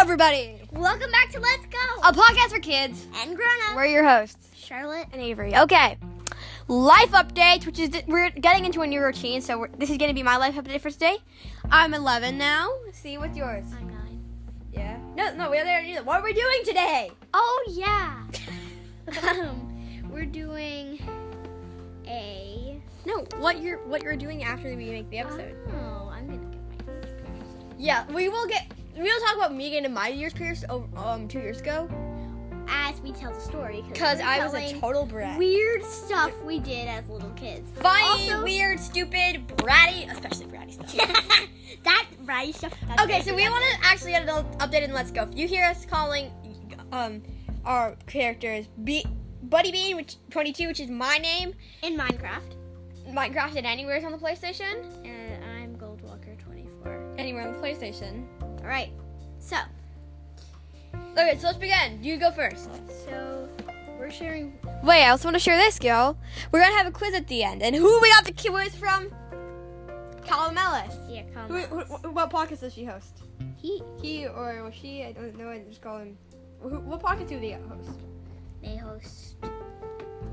everybody. Welcome back to Let's Go A podcast for kids. and Grown Up. Oh. We're your hosts, Charlotte. and Avery. Okay. Life update, which is we're getting into a new routine, so we're, this is going to be my life update for today. I'm 11 now. See what's yours? I'm nine. Yeah. No, no, we haven't done that. What are we doing today? Oh yeah. um, we're doing a. No, what you're what you're doing after we make the episode. Oh, I'm gonna get my ears pierced. Yeah, we will get we'll talk about me getting my ears pierced over, um 2 years ago As we tell the story, cuz we're I was a telling total brat. weird stuff we did as little kids. Funny, Also- weird, stupid, bratty, especially bratty stuff. that right stuff. that's Okay, right. so we want to actually get an update in Let's Go. If you hear us calling um, our characters B- Buddy Bean, which 22, which is my name, in Minecraft, Minecraft and anywhere is on the PlayStation, and I'm Goldwalker 24. anywhere on the PlayStation. All right. So. Okay, so let's begin. You go first. So we're sharing. Wait, I also want to share this, y'all. We're gonna have a quiz at the end, and who we got the quiz from? Colin Ellis. Yeah, Who, comments. who, wh- what podcast does she host? He He or she? I don't know. I just call him. Who, what podcast do they host? they host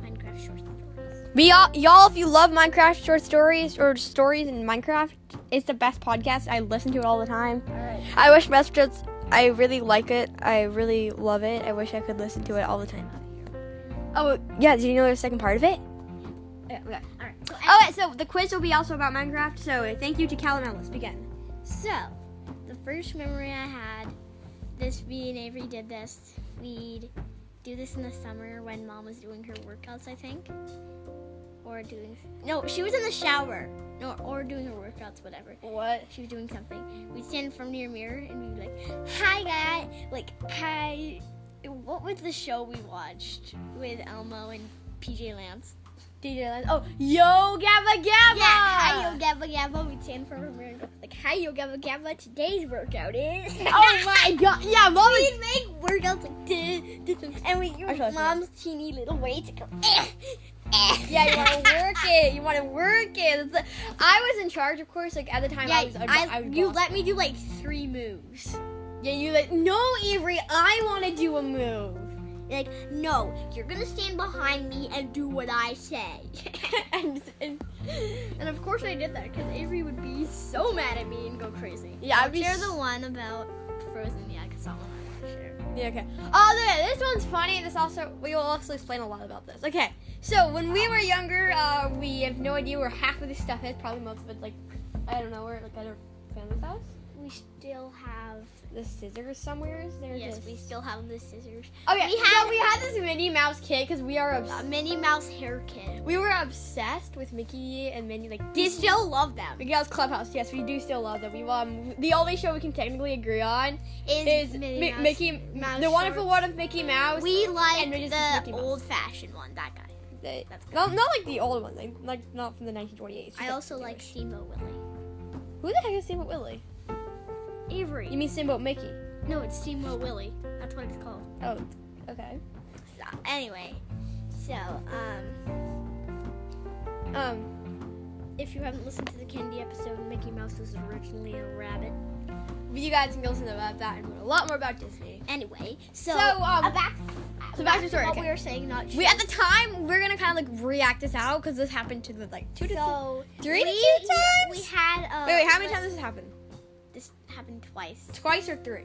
Minecraft short stories. We all, y'all, if you love Minecraft short stories or stories in Minecraft, it's the best podcast. I listen to it all the time. All right. I wish Best Jokes, I really like it. I really love it. I wish I could listen to it all the time. Oh, yeah, did you know there's a second part of it? Yeah, okay. All right. So, All right, so the quiz will be also about Minecraft, so thank you to Calum. Let's begin. so the first memory I had, this me and Avery did this. We'd do this in the summer when mom was doing her workouts, I think, or doing no, she was in the shower, no, or doing her workouts, whatever. What? She was doing something. We'd stand in front of your mirror and we'd be like, "Hi, guy!" Like, "Hi." What was the show we watched with Elmo and PJ Lance? DJ Lance. Oh, Yo Gabba Gabba! Yeah, hi yo gabba gabba. We stand from a mirror and go like, hi yo gabba gabba. Today's workout is. Oh my god! Yeah, mom is- We make workouts like duh, duh, duh, and we I use tried to do mom's teeny little weights. and Go, eh, eh. Yeah, you want to work it. You want to work it. That's the- I was in charge, of course. Like at the time, Yeah, I was. a- I, was you boss. let me do like three moves. yeah, you like. No, Avery, I want to do a move. You're like, no, you're gonna stand behind me and do what I say. and, and and of course I did that because Avery would be so mad at me and go crazy. yeah, I'd be. Share s- the one about Frozen, yeah, because that one I want to share. Yeah, okay. Oh, yeah, this one's funny. This also we will also explain a lot about this. Okay, so when we were younger, uh, we have no idea where half of this stuff is. Probably most of it's like, I don't know, where like at our family's house. We still have The scissors somewhere. They're Yes, just. we still have the scissors. Okay, we we had, had- we had this Minnie Mouse kid because we are obsessed. A Uh, Minnie Mouse hair kit. We were obsessed with Mickey and Minnie, like We Disney. still love them. Girls Clubhouse. Yes, we do still love them. We um, the only show we can technically agree on is, Mi- Mouse. Mickey Mouse Mouse. The wonderful shorts. one of Mickey Mouse. We like and Minnie's the Mickey Mouse. old-fashioned one. That guy. The- That's good. not, not like the old one, like, like not from the 1928s. Just I also the like newer. Steamboat Willie. Who the heck is Steamboat Willie? You Avery. mean Steamboat Mickey? No, it's Steamboat Willie. That's what it's called. Oh, okay. So, anyway, so um, Um, if you haven't listened to the Candy episode, Mickey Mouse was originally a rabbit. you guys can go listen about that and learn a lot more about Disney. Anyway, so, So, um, uh, back. so back to the story, What okay. we were saying, not We at the time we're gonna kind of like react this out because this happened to the like two to so th- three to we- two times. We had. Uh, wait, wait, how many times has this happened? This happened twice. Twice or three?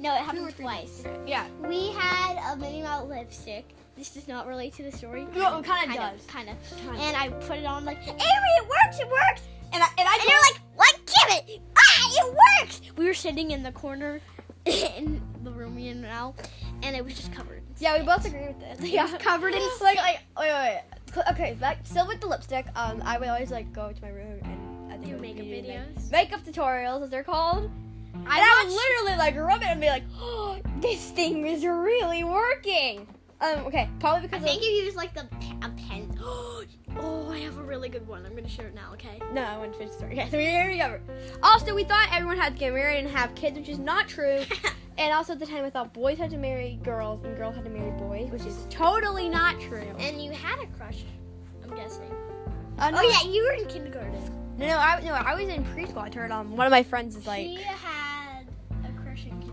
No, it Two or happened three twice. Yeah. We had a Minnie Mouse lipstick. This does not relate to the story. No, it kinda does. Kind of. Kinda. And I put it on like, Avery, it works, it works. And I and I And you're like, what? Give it. Ah, it works. We were sitting in the corner in the room we in now, and it was just covered. yeah, we both agree with this. Yeah, covered in like like wait wait. wait. Okay, back still with the lipstick. Um, I would always like go to my room and I think Do it would makeup be, like, videos? makeup tutorials as they're called. I and I watched- would literally like rub it and be like, oh, this thing is really working. Um, okay, probably I because think you used like the pe- a pen. oh, I have a really good one. I'm gonna share it now. Okay. of, no, I want to finish the story. Okay, so here we go. Also, we thought everyone had to get married and have kids, which is not true. And also at the time, I thought boys had to marry girls and girls had to marry boys, which is totally not true. and you had a crush. I'm guessing. Uh, no, Oh yeah, you were in kindergarten. No, no, I, no, I was in preschool. I turned on one of my friends is like, she had a crush in kindergarten.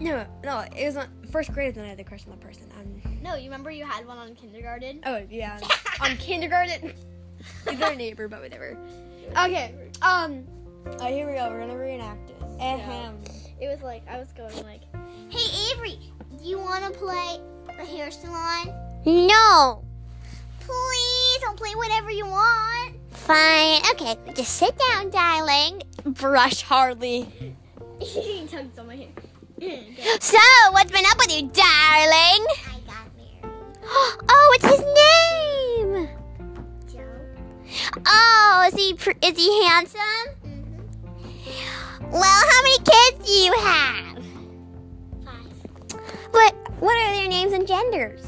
No, no, it was not first grade. Then I had the crush on that person. Um, No, you remember you had one on kindergarten? oh yeah, on kindergarten. They're a neighbor, but whatever. Okay. Um. Oh, here we go. We're gonna reenact it. Ahem. It was like I was going like Hey Avery, do you want to play the hair salon? No. Please don't play whatever you want. Fine. Okay, just sit down, darling. Brush hardly. tugs on my hair. So, what's been up with you, darling? I got married. Oh, it's his name. Joe. Oh, is he pr- is he handsome? Well, how many kids do you have? Five. What What are their names and genders?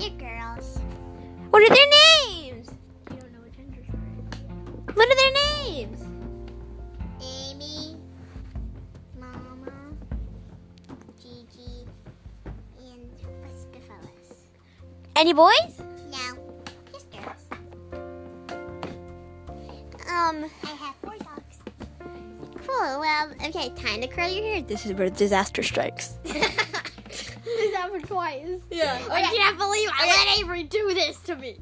You're girls. What are their names? You don't know what genders What are their names? Amy, Mama, Gigi, and what's the fellas? Any boys? No, just girls. Um. I have four dogs. Cool. Well, okay. Time to curl your hair. This is where disaster strikes. This happened twice. Yeah. I can't believe I let Avery do this to me.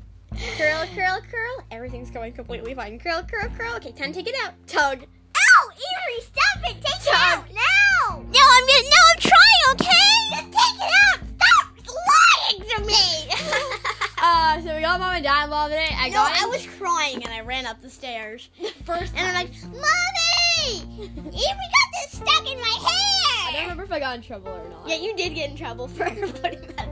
Curl, curl, curl. Everything's going completely fine. Curl, curl, curl. Okay, time to take it out. Tug. Ow! Avery, stop it! Take it out now! No, I'm gonna. No, I'm trying. Okay. Just take it out! Stop lying to me! Uh, so we got mom and dad involved in it. I No, got I it. was crying and I ran up the stairs. first. And I'm like, Mommy! Avery got this stuck in my I don't hair! remember if I got in trouble or not. yeah, you did get in trouble for putting that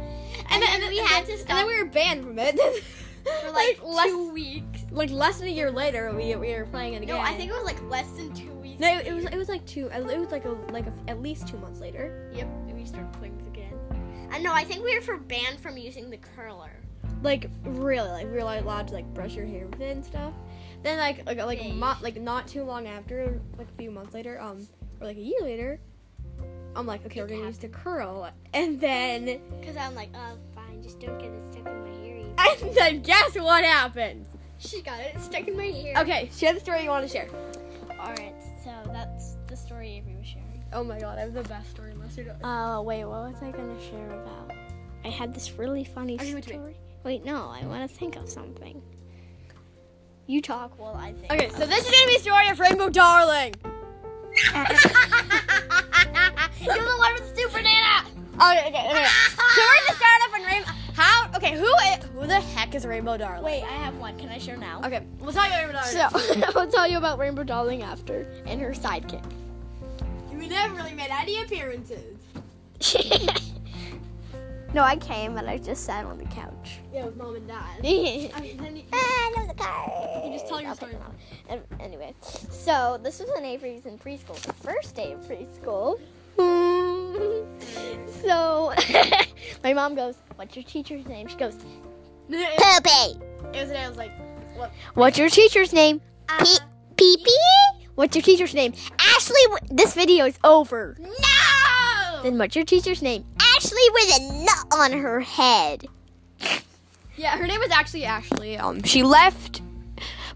and, then, and then we had to And then stop we were banned from it. for like, less, two weeks. like less than a year later, we we were playing it again. No, I think it was like less than two weeks. No, it was it was like two. It was like a like a, at least two months later. Yep, we started playing it again. I know. I think we were for banned from using the curler. Like really, like we were like allowed to like brush your hair with it and stuff. Then like like like Beige. mo- like not too long after, like a few months later, um, or like a year later, I'm like, okay, we're gonna use the curl, and then Cause I'm like, oh, fine, just don't get it stuck in my ear. either." and then guess what happened? She got it stuck in my ear. Okay, share the story you want to share. All right, so that's the story Avery was sharing. Oh my god, I have the best story unless you're. Oh wait, what was I gonna share about? I had this really funny Okay, wait, wait. story. Wait, no, I want to think of something. You talk while I think. Okay, so this is gonna be the story of Rainbow Darling. You're the one with the super banana! Okay, okay, okay. so we're gonna start off on Rainbow. How? Okay, who is, who the heck is Rainbow Darling? Wait, I have one. Can I share now? Okay, we'll talk about Rainbow Darling. So I'll tell you about Rainbow Darling after and her sidekick. we never really made any appearances. no, I came and I just sat on the couch. Yeah, with mom and dad. and then you, Ah, I love the car! you just tell your story. anyway, so this was when Avery's in preschool, the first day of preschool. so my mom goes, "What's your teacher's name?" She goes, it Poopy! was and I was like, what? "What's your teacher's name?" Uh, Pee- Pee pee. What's your teacher's name? Ashley. Wi- This video is over. No! Then what's your teacher's name? Ashley with a nut on her head. Yeah, her name was actually Ashley. Um, she left.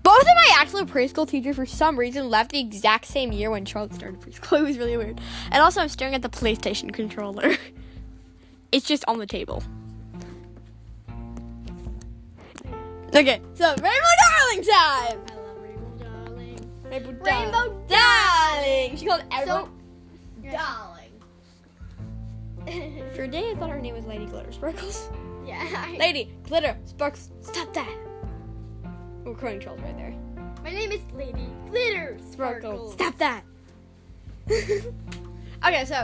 Both of my actual preschool teachers, for some reason, left the exact same year when Charlotte started preschool. It was really weird. And also, I'm staring at the PlayStation controller. it's just on the table. Okay, so Rainbow Darling time. I love Rainbow Darling. Rainbow, Rainbow Darling. She called So, everyone. darling. for a day, I thought her name was Lady Glitter Sparkles. yeah. I- Lady Glitter Sparkles. Stop that. We're crowing trolls right there. My name is Lady Glitter Sparkle. Sparkles. Stop that. okay, so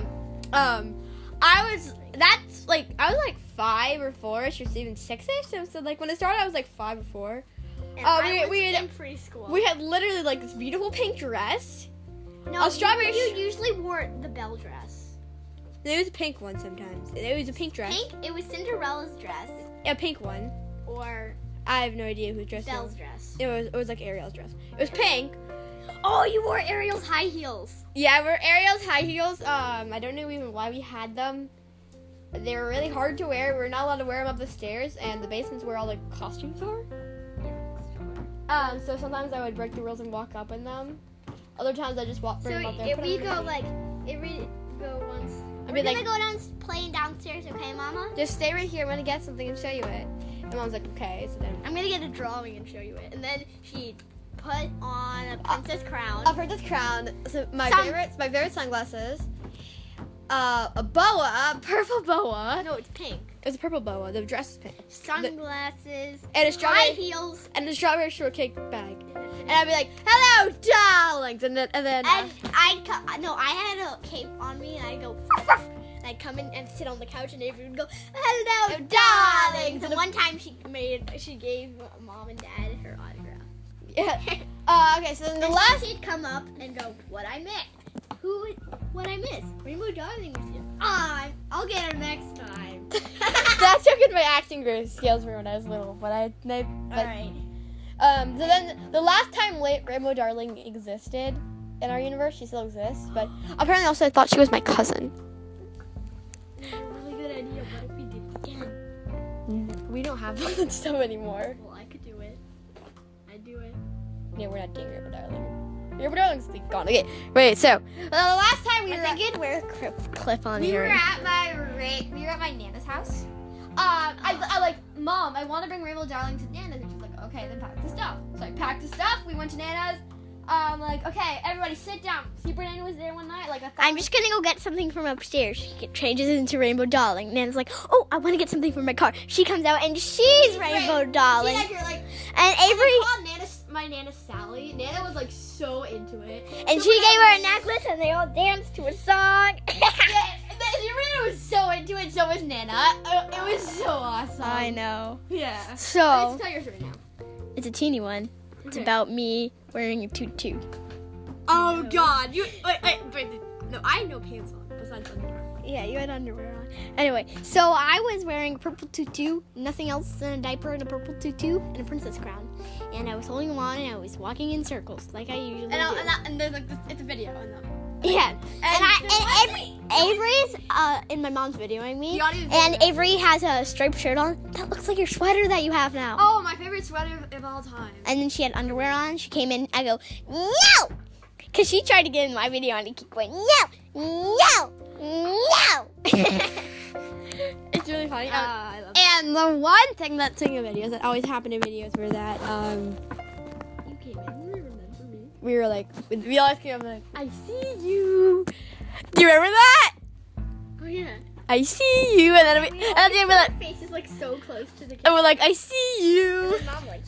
um I was that's like I was like five or four-ish or even six-ish. So, so, like when it started I was like five or four. And Oh, I we- was we- in preschool. We had literally like this beautiful pink dress. no, a strawberry You, sh- you usually wore the bell dress. There was a pink one sometimes. There was a pink dress. Pink. It was Cinderella's dress A pink one. or I have no idea whose dress it Belle's was. dress. It was it was like Ariel's dress. It was pink. Oh, you wore Ariel's high heels. Yeah, we're Ariel's high heels. Um, I don't know even why we had them. They were really hard to wear. We were not allowed to wear them up the stairs, and the basement's where all the costumes are. Um, so sometimes I would break the rules and walk up in them. Other times I just walk. So Bring them up there, if put we 'em in my go bag. like, if we go once I'd We're be gonna like, go down playing downstairs, okay, Mama? just stay right here. I'm gonna get something and show you it. And mom's like, okay. So then I'm gonna get a drawing and show you it. And then she put on Uh, a princess crown. I've heard this crown. So my Some- favorites, my favorite sunglasses. Uh, a boa, a purple boa. no, it's pink. It was a purple boa. The dress is pink. Sunglasses, And a high strawberry heels, and a strawberry shortcake bag. And I'd be like, hello, darlings. And then and then uh, and I'd come. No, I had a cape on me, and I'd go. "Ruff, ruff," And I'd come in and sit on the couch, and everyone would go, Oh, "Hello, darlings." And one time she made, she gave mom and dad her autograph. yeah. Uh, okay. So then the And last. she'd come up and go, "What I missed? Who? What I missed? Rainbow Darling is here. I, I'll get her next time." That's how good my acting grade skills were when I was little. But I, I All right. Um, so then the last time late Rainbow Darling existed in our universe, she still exists, but apparently also I thought she was my cousin. Really good idea. What if we did it again? We don't have all that stuff anymore. Well, I could do it. I do it. No, we're not doing Rainbow Darling. Rainbow Darling's gone. Okay, wait. So uh, the last time we were, I think you'd wear a clip, clip on We your. were at my ra- we were at my nana's house. um, I, I like mom. I want to bring Rainbow Darling to Nana's, and she's like, okay, then pack the stuff. So I packed the stuff. We went to Nana's. Um, like, okay, everybody sit down. Super Nana was there one night. Like, I I'm just gonna go get something from upstairs. She get- changes into Rainbow Darling. Nan's like, oh, I wanna get something from my car. She comes out and she's Rainbow Darling. She's like, you're like, and Avery, I called Nana, my Nana Sally. Nana was like so into it. and she gave her a necklace and they all danced to a song. Yeah, and then Serena was so into it. So was Nana. Uh, It was so awesome. I know. Yeah. I need So, to tell your story now. it's a teeny one. It's Okay. about me wearing a tutu. Oh God! You wait, wait, wait. No, I had no pants on besides underwear. Yeah, you had underwear on. Anyway, so I was wearing a purple tutu, nothing else than a diaper and a purple tutu and a princess crown. And I was holding them on and I was walking in circles like I usually And, I'll, do. and, that, and there's like this, it's a video on them. yeah. And, the- I and Avery, Avery's uh, in my mom's videoing me. The audio And Avery has a striped shirt on. That looks like your sweater that you have now. oh, my favorite sweater of, of all time. And then she had underwear on. She came in. I go, no! Because she tried to get in my video and I keep going, no! No! No! It's really funny. and the one thing that in videos that always happened in videos were that um you came in. You remember me. we were like we always came up like I see you. Do you remember that? Oh yeah. I see you, and then we, and then we're like, Face is like so close to the and we're like, I see you. Mom like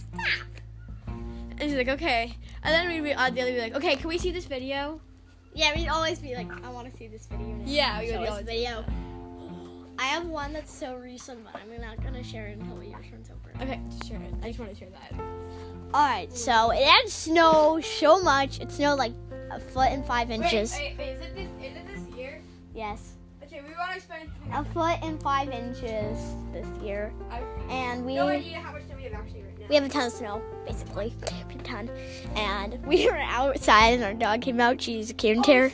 And she's like, okay. And then we'd be on the other, be like, okay, can we see this video? Yeah, we'd always be like, I want to see this video. Now. Yeah, we Show would us always- the video. I have one that's so recent, but I'm not gonna share it until yours turns over. Okay, sure. I just want to share that. All right, so it had snow so much. It snowed like a foot and five inches. is it this? Is it this year? Yes, Okay, we want to spend. a foot and five inches this year, I and we how much time we have actually right now. we have a ton of snow, basically, We have a ton. And we were outside, and our dog came out. She's a Oh, Karen Terrier.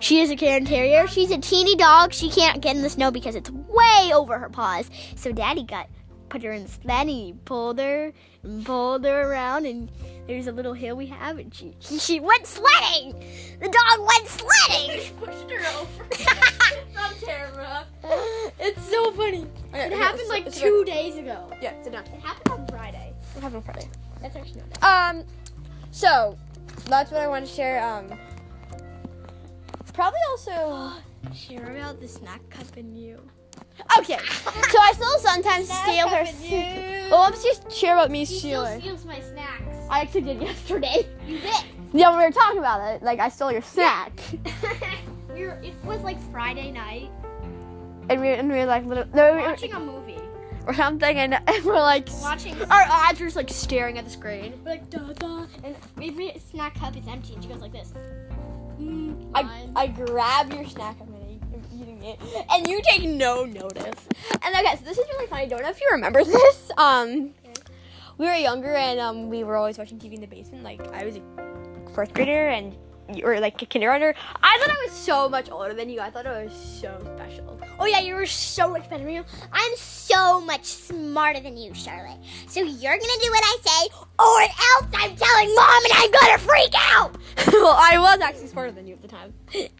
She is a Karen Terrier. She's a teeny dog. She can't get in the snow because it's way over her paws. So Daddy got put her in the sled and he pulled her and pulled her around. And there's a little hill we have, and she she went sledding. The dog went sledding. pushed her over on camera. It's so funny. it happened like two days ago. Yeah, sit down. It happened on Friday. It happened Friday. That's actually not. Um, so that's what I want to share. Um, probably also. Share about the snack cup and you. Okay, so I still sometimes steal her. Well, let's just share about me stealing. steals my snacks. I actually did yesterday. You did. Yeah, we were talking about it. Like I stole your snack, We were, it was like Friday night and we and we were like little no, we were- watching a movie. or something, and, and we're like s- Watching. our eyes were just like staring at the screen. We're like da da, and Avery's snack cup is empty, and she goes like this. Mm, I mine. I grab your snack. I'm gonna eat- I'm eating it, and you take no notice. And okay, so this is really funny. I don't know if you remember this. Um, we were younger, and um, we were always watching TV in the basement. Like I was a fourth grader, and you were like a kindergartner. I thought I was so much older than you. I thought I was so special. Oh yeah, you were so much better than you. I'm so much smarter than you, Charlotte. So you're gonna do what I say, or else I'm telling mom and I'm gonna freak out. well, I was actually smarter than you at the time.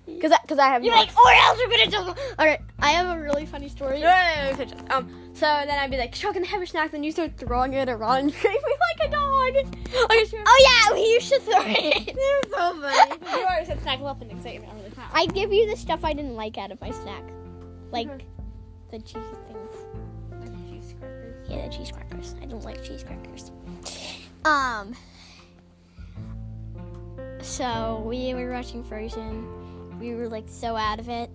Because I, cause I have. You're like, or else we're gonna jump. All right, I have a really funny story. No, no, no, no, no, no. Um, so then I'd be like, chuck in the heavy snack, then you start throwing it around and treat me like a dog. Like a sure. Oh yeah, you should throw it. You're so funny. you already said snack left and excitement. I'm really proud. I'd give you the stuff I didn't like out of my snack, like the cheesy things. Yeah, the cheese crackers. I don't like cheese crackers. Um. So we were watching Frozen. We were like so out of it,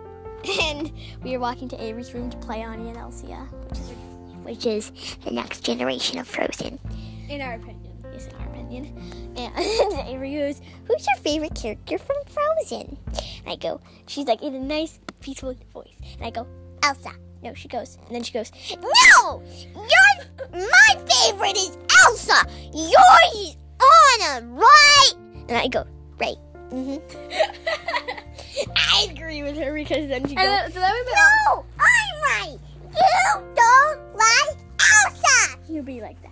and we were walking to Avery's room to play E Ani and Elsia, which is which is The next generation of Frozen. In our opinion. is in our opinion. And Avery goes, "Who's your favorite character from Frozen?" And I go, "She's like in a nice, peaceful voice." And I go, "Elsa." No, she goes, and then she goes, No! Your my favorite is Elsa! Yours is Anna, right? and I go, "Right." hmm I agree with her because then she And goes, then, so then we'd be No, I'm right! You don't like Elsa! "You'll be like that."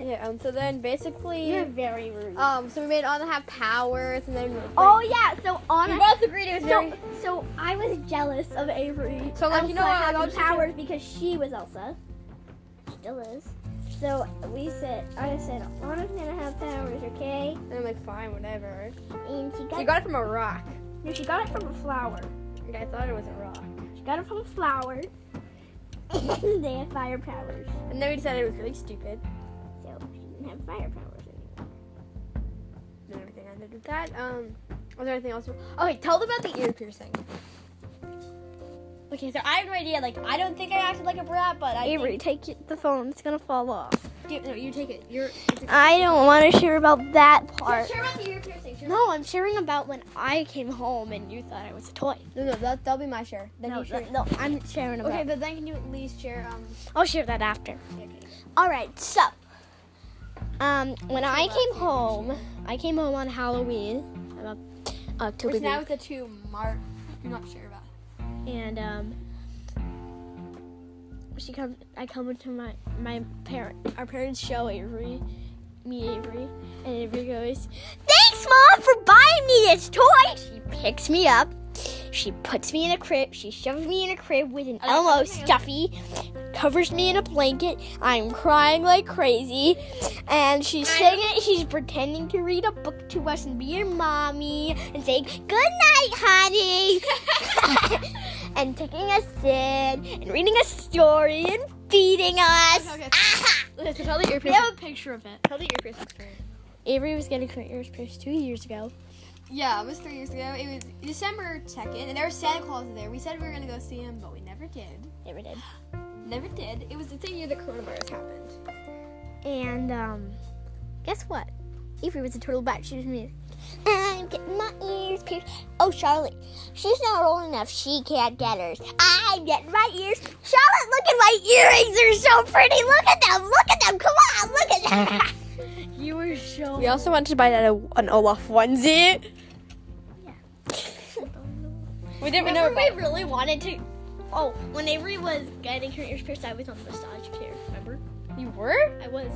Yeah, um, so then basically. You're very rude. Um, so we made Anna have powers, and then. oh yeah, so We Anna. both agreed it was So, very. so I was jealous of Avery. So, like, you know Elsa what, like, having I'll just- powers because she was Elsa. Still is. So we said, I said, Anna's gonna have powers, okay? And I'm like, fine, whatever. And she So got, you got it from a rock. no, she got it from a flower. Okay, I thought it was a rock. She got it from a flower. And they have fire powers. And then we decided it was really stupid. So she didn't have fire powers anymore. and everything I did with that. Um, was there anything else? Okay, tell them about the ear piercing. Okay, so I have no idea. Like, I don't think I acted like a brat, but I. take the phone. It's gonna fall off. Think, no, you take it. You're. It's a, I don't want to share about that part. share about the ear piercing. Share No, I'm sharing about when I came home and you thought I was a toy. no, no, that, that'll be my share. Then No, you share. no, no, I'm sharing about. Okay, but then can you at least share? Um, I'll share that after. okay. All right, so um, when I came home, I came home on Halloween, about October, Which now eighth, is the two mark. Do not share about. and um, she comes. I come into my my parent. Our parents show Avery, me Avery, and Avery goes, "Thanks, mom, for buying me this toy." She picks me up. She puts me in a crib. She shoves me in a crib with an I like Elmo everything. stuffy, covers me in a blanket. I'm crying like crazy, and she's singing. She's pretending to read a book to us and be your mommy and saying good night, honey, and taking us in and reading a story and feeding us. Okay, okay. Okay, so tell the ear We piercing. have a picture of it. Tell the ear piercing story. Avery was getting her ears pierced two years ago. Yeah, it was three years ago. It was December second, and there was Santa Claus there. We said we were gonna go see him, but we never did. Never did. Never did. It was the same year the coronavirus happened. And um, guess what? Avery was a total brat. She was me. I'm getting my ears pierced. Oh, Charlotte, she's not old enough. She can't get hers. I'm getting my ears. Charlotte, look at my earrings. They're so pretty. Look at them. Look at them. Come on. Look at them. you were so. We also wanted to buy that a, an Olaf onesie. We didn't Remember, remember. we really wanted to. Oh, when Avery was getting her ears pierced, I was on massage care. Remember? you were? I was.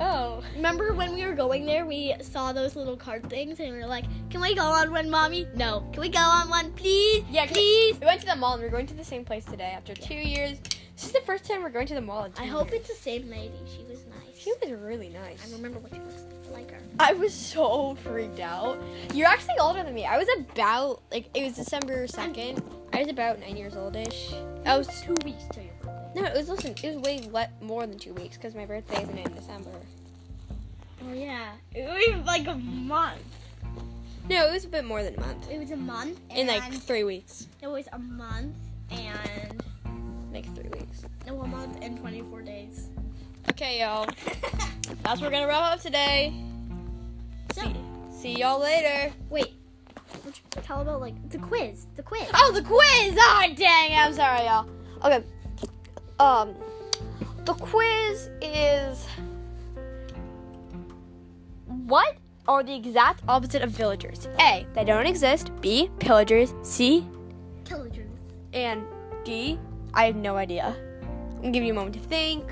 Oh. Remember when we were going there, we saw those little card things and we were like, Can we go on one, mommy? No. Can we go on one, please? Yeah, 'cause- please. We went to the mall and we're going to the same place today after two years. This is the first time we're going to the mall. In two I hope years. it's the same lady. She was nice. She was really nice. I remember what she looks like. I like her. I was so freaked out. You're actually older than me. I was about like it was December second. I was about nine years oldish. I was two weeks to your birthday. No, it was listen. It was way le- more than two weeks because my birthday isn't in December. Oh yeah. It was like a month. No, it was a bit more than a month. It was a month In like three weeks. it was a month and Like three weeks. no a month and twenty four days. Okay, y'all. That's where we're gonna wrap up today. So- See, see y'all later. Wait. Let's Tell about like the quiz. The quiz. Oh, the quiz! Oh, dang! I'm sorry, y'all. Okay. Um, the quiz is what are the exact opposite of villagers? A. They don't exist. B. Pillagers. C. Pillagers. And D. I have no idea. I'm gonna give you a moment to think.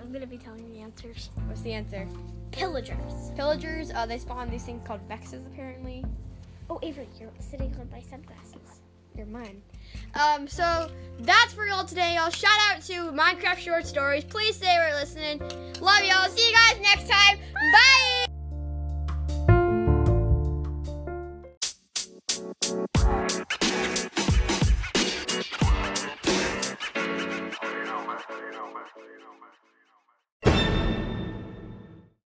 I'm gonna be telling you the answers. What's the answer? pillagers. Pillagers, uh, they spawn these things called vexes apparently. Oh, Avery, you're sitting on my sunglasses. They're mine. Um, so that's for y'all today, y'all. Shout out to Minecraft Short Stories. Please say we're listening. Love y'all. See you guys next time. Bye.